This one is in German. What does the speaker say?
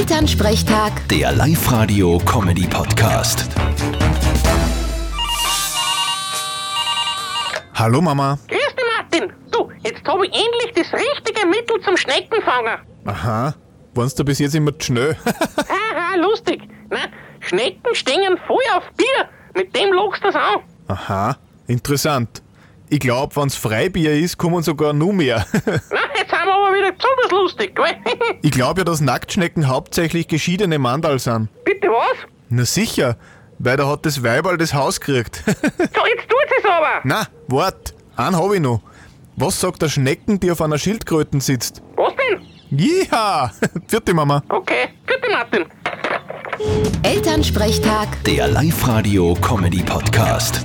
Elternsprechtag, Der Live-Radio-Comedy-Podcast. Hallo Mama. Grüß dich, Martin. Du, jetzt habe ich endlich das richtige Mittel zum Schneckenfangen. Aha. Warst du bis jetzt immer zu schnell? Haha, lustig. Nein, Schnecken stehen voll auf Bier. Mit dem lockst du das an. Aha. Interessant. Ich glaube, wenn's Freibier ist, kommen sogar nur mehr. Na, jetzt haben wir aber wieder besonders lustig, gell? ich glaube ja, dass Nacktschnecken hauptsächlich geschiedene Mandal sind. Bitte was? Na sicher, weil da hat das Weiberl das Haus gekriegt. So, jetzt tut es aber. Na, wart, einen hab ich noch. Was sagt der Schnecken, die auf einer Schildkröten sitzt? Was denn? Jiha! Vierte Mama. Okay, bitte, Martin. Elternsprechtag. Der Live-Radio-Comedy-Podcast.